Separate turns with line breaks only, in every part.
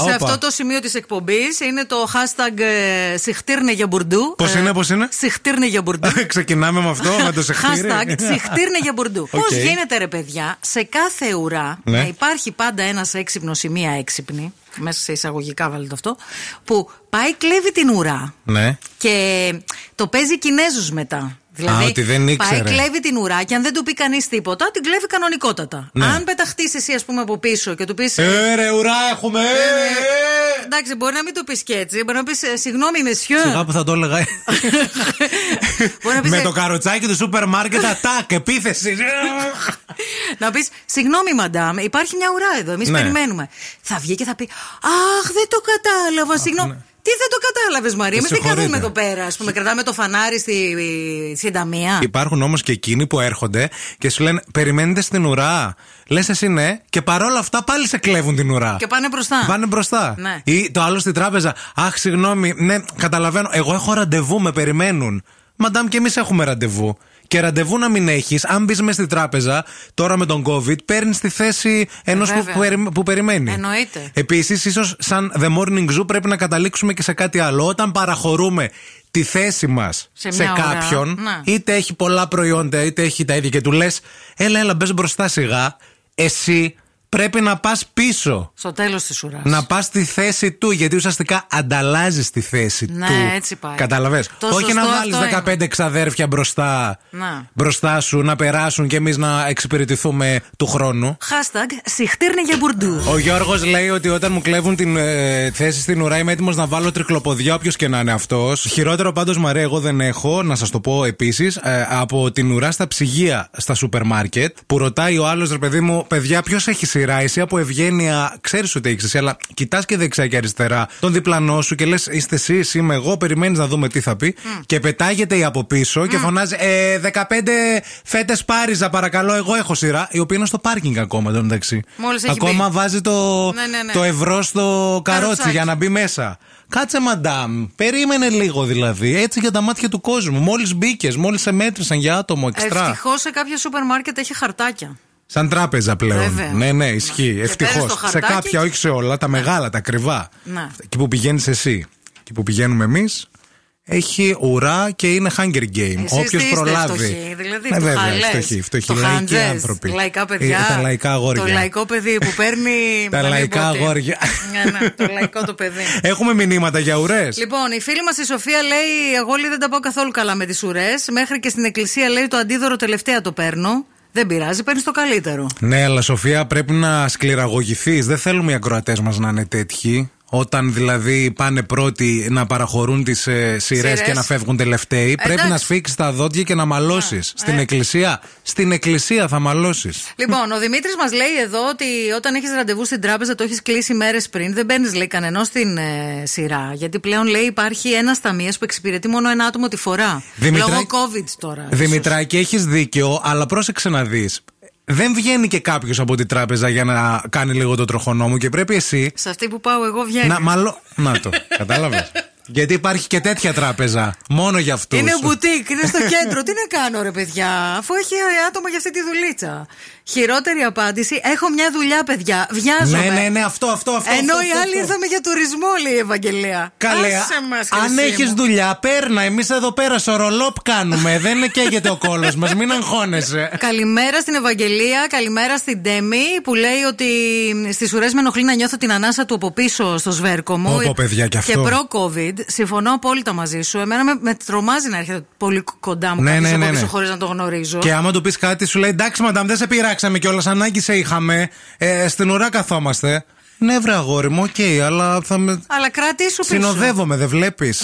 όπα.
σε αυτό το σημείο της εκπομπής είναι το hashtag ε, Συχτήρνε για μπουρντού.
Πώς
Ε,
είναι, πώς είναι?
Συχτήρνε για μπουρντού.
Ξεκινάμε με αυτό, με το σεχτήρι. Ναι.
Hashtag συχτήρνε για μπουρντού.
Οκ.
Πώς γίνεται, ρε παιδιά, σε κάθε ουρά
Ναι.
να υπάρχει πάντα ένας έξυπνος ή μία έξυπνη, μέσα σε εισαγωγικά βάλετε αυτό, που πάει, κλέβει την ουρά
Ναι.
και το παίζει Κινέζους μετά. Δηλαδή,
ότι δεν ήξερε.
πάει, κλέβει την ουρά και αν δεν του πει κανείς τίποτα, την κλέβει κανονικότατα.
Ναι.
Αν πεταχτείς εσύ, ας πούμε, από πίσω και του πεις.
Ε, ρε, ουρά έχουμε! ε, ε.
Εντάξει, μπορεί να μην το πεις και έτσι. Μπορεί να πεις συγγνώμη, μεσιό.
Σιγά που θα το έλεγα.
Μπορεί να πεις,
Με
ε,
το καροτσάκι του σούπερ μάρκετ, ατάκ, επίθεση.
ε, να πεις Συγγνώμη, μαντάμ, υπάρχει μια ουρά εδώ. Εμείς
Ναι.
περιμένουμε. Θα βγει και θα πει Αχ, δεν το κατάλαβα. Συγγνώμη. Τι δεν το κατάλαβες, Μαρία. Εμεί τι
ναι. Ε, συγχωρείτε.
κάνουμε εδώ πέρα. Ας πούμε, κρατάμε το φανάρι στη συνταμία.
Υπάρχουν όμως και εκείνοι που έρχονται και σου λένε Περιμένετε στην ουρά. Λες εσύ ναι, και παρόλα αυτά πάλι σε κλέβουν την ουρά.
Και πάνε μπροστά.
Πάνε μπροστά.
Ναι.
Ή το άλλο στην τράπεζα. Αχ, συγγνώμη, ναι, καταλαβαίνω. Εγώ έχω ραντεβού, με περιμένουν. Μαντάμ, και εμείς έχουμε ραντεβού. Και ραντεβού να μην έχεις, αν μπεις μέσα στη τράπεζα, τώρα με τον COVID, παίρνεις τη θέση ενός που,
Ε, βέβαια.
που, περι- που περιμένει.
Εννοείται.
Επίσης, ίσως σαν The Morning Zoo πρέπει να καταλήξουμε και σε κάτι άλλο. Όταν παραχωρούμε τη θέση μας
Σε
σε,
μια ώρα,
κάποιον,
ναι.
είτε έχει πολλά προϊόντα, είτε έχει τα ίδια και του λες, έλα, έλα, μπες μπροστά σιγά, εσύ πρέπει να πας πίσω.
Στο τέλος της ουράς.
Να πας στη θέση του, γιατί ουσιαστικά ανταλλάζεις τη θέση
Ναι,
του.
έτσι πάει.
Καταλαβέ.
Το
Όχι
σωστό
να
αυτό
βάλεις
είναι. Ναι.
15 ξαδέρφια μπροστά,
Να.
μπροστά σου, να περάσουν και εμείς να εξυπηρετηθούμε του χρόνου.
Hashtag συχτήρνε για μπουρντού.
Ο Γιώργος λέει ότι όταν μου κλέβουν την ε, θέση στην ουρά είμαι έτοιμος να βάλω τρικλοποδιά, όποιος και να είναι αυτός. Χειρότερο πάντως, Μαρία, εγώ δεν έχω, να σας το πω επίσης, από την ουρά στα ψυγεία στα σούπερ μάρκετ, που ρωτάει ο άλλος ρε παιδί μου, παιδιά, ποιος έχει σειρά, εσύ από ευγένεια ξέρεις ότι έχεις εσύ, αλλά κοιτάς και δεξιά και αριστερά τον διπλανό σου και λες, είστε εσείς, είμαι εγώ, περιμένεις να δούμε τι θα πει. Και πετάγεται η από πίσω και φωνάζει, «Ε, 15 φέτες πάριζα, παρακαλώ, εγώ έχω σειρά, η οποία είναι στο πάρκινγκ ακόμα εδώ μεταξύ.
Μόλις έχει
ακόμα
μπει.
βάζει το,
Ναι, ναι, ναι.
το ευρώ στο καρότσι
Καροτσάκι.
για να μπει μέσα. Κάτσε, μαντάμ. Περίμενε λίγο δηλαδή. Έτσι για τα μάτια του κόσμου. Μόλις μπήκες, μόλις σε μέτρησαν για άτομο εξτρά.
Ευτυχώς σε κάποια σούπερ μάρκετ έχει χαρτάκια.
Σαν τράπεζα πλέον.
Βέβαια.
Ναι, ναι, ισχύει.
Και
Ευτυχώ.
παίρνεις το
Σε
χαρτάκι
κάποια,
και-
όχι σε όλα. Τα μεγάλα, τα ακριβά.
Ναι.
Εκεί που πηγαίνεις εσύ. Εκεί που πηγαίνουμε εμείς. Έχει ουρά και είναι Hunger Game.
Εσείς
Όποιος
τι είστε,
προλάβει.
φτωχοί, δηλαδή,
ναι, βέβαια,
φτωχαλές,
φτωχοί, φτωχοί,
το
λαϊκοί
χάντζες,
άνθρωποι.
λαϊκά παιδιά,
Ε, τα λαϊκά αγόρια.
το λαϊκό παιδί που παίρνει
Τα
τον
λαϊκά
υπότι.
αγόρια.
Ναι, ναι, το λαϊκό το παιδί.
Έχουμε μηνύματα για ουρές.
Λοιπόν, η φίλη μας η Σοφία λέει: Εγώ λέει δεν τα πάω καθόλου καλά με τις ουρές. Μέχρι και στην εκκλησία λέει το αντίδωρο τελευταία το παίρνω. Δεν πειράζει, παίρνεις το καλύτερο.
Ναι, αλλά Σοφία πρέπει να σκληραγωγηθείς. Δεν θέλουμε οι ακροατές μας να είναι τέτοιοι. Όταν δηλαδή πάνε πρώτοι να παραχωρούν τις ε, σειρές
Σειρές. Ε,
και να φεύγουν τελευταίοι, πρέπει να
εντάξει. ε.
σφίξεις τα δόντια και να μαλώσεις. Στην εκκλησία. Στην εκκλησία θα μαλώσεις.
Λοιπόν, ο Δημήτρης μας λέει εδώ ότι όταν έχεις ραντεβού στην τράπεζα το έχεις κλείσει μέρες πριν. Δεν παίρνει, λέει, κανενός στην ε, σειρά. Γιατί πλέον, λέει, υπάρχει ένας ταμείο που εξυπηρετεί μόνο ένα άτομο τη φορά.
Δημητρά-
Λόγω COVID τώρα.
Δημητράκη, έχεις δίκιο, αλλά πρόσεξε να δεις. Δεν βγαίνει και κάποιος από την τράπεζα για να κάνει λίγο το τροχονό μου και πρέπει εσύ
Σε αυτή που πάω εγώ βγαίνεις.
να μαλώ. Να το, κατάλαβες. Γιατί υπάρχει και τέτοια τράπεζα. Μόνο για αυτούς.
Είναι μπουτίκ, είναι στο κέντρο. Τι να κάνω, ρε παιδιά, αφού έχει άτομα για αυτή τη δουλίτσα. Χειρότερη απάντηση: Έχω μια δουλειά, παιδιά. Βιάζομαι.
Ναι, ναι, ναι, αυτό, αυτό, αυτό.
Ενώ
αυτό,
οι
αυτό,
άλλοι
αυτό.
ήρθαμε για τουρισμό, λέει η Ευαγγελία.
Καλέ,
Άσε μας,
αν
Χρυσή
έχει
μου.
δουλειά, παίρνα. Εμείς εδώ πέρα σορολόπ κάνουμε. Δεν καίγεται ο κόλος μας. Μην αγχώνεσαι.
Καλημέρα στην Ευαγγελία, καλημέρα στην Τέμι που λέει ότι στις ουρές με ενοχλεί να νιώθω την ανάσα του από πίσω στο σβέρκο μου.
Πω, πω, παιδιά, κι αυτό.
Και προ-COVID, συμφωνώ απόλυτα μαζί σου. Εμένα με, με τρομάζει να έρχεται πολύ κοντά μου
Ναι,
κάποιος
ναι,
από
ναι,
πίσω
ναι.
χωρίς να το γνωρίζω.
Και άμα του πεις κάτι, σου λέει εντάξει, μαντάμ, δεν σε πειράξαμε κιόλας. Ανάγκη σε είχαμε. Ε, στην ουρά καθόμαστε. Ναι, βρε αγόρι μου, οκ, αλλά θα με.
Αλλά κρατήσου πίσω.
Συνοδεύομαι, δεν βλέπεις.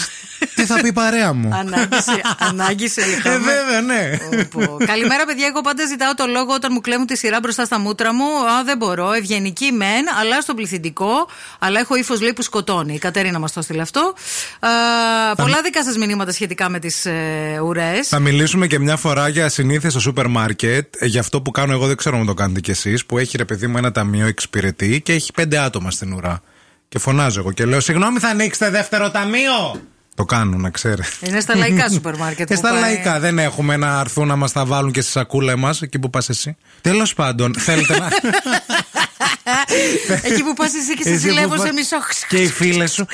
Τι θα πει η παρέα μου.
Ανάγκησε, ανάγκησε
Ε,
είχαμε.
βέβαια, ναι.
Όπου. Καλημέρα, παιδιά. Εγώ πάντα ζητάω το λόγο όταν μου κλέβουν τη σειρά μπροστά στα μούτρα μου. Α, δεν μπορώ. Ευγενική μεν, αλλά στο πληθυντικό. Αλλά έχω ύφος λέει που σκοτώνει. Η Κατερίνα μας το έστειλε αυτό. Α, πολλά δικά σας μηνύματα σχετικά με τις ε, ουρές.
Θα μιλήσουμε και μια φορά για συνήθειε στο σούπερ μάρκετ. ε, Για αυτό που κάνω εγώ, δεν ξέρω αν το κάνετε κι εσείς. Που έχει ρε παιδί μου ένα ταμείο εξυπηρετή και έχει πέντε άτομα στην ουρά. Και φωνάζω εγώ και λέω: Συγγνώμη, θα ανοίξετε δεύτερο ταμείο! Το κάνω, να ξέρετε.
Είναι στα λαϊκά σούπερ μάρκετ.
Ε,
που
στα
πάει.
λαϊκά δεν έχουμε να αρθούν να μας τα βάλουν και στη σακούλα εμάς εκεί που πας εσύ. Τέλος πάντων, θέλετε να.
Εκεί που πας εσύ και σε
Εσύ που
ζηλεύω
πα-
σε μισό.
Και οι φίλες σου.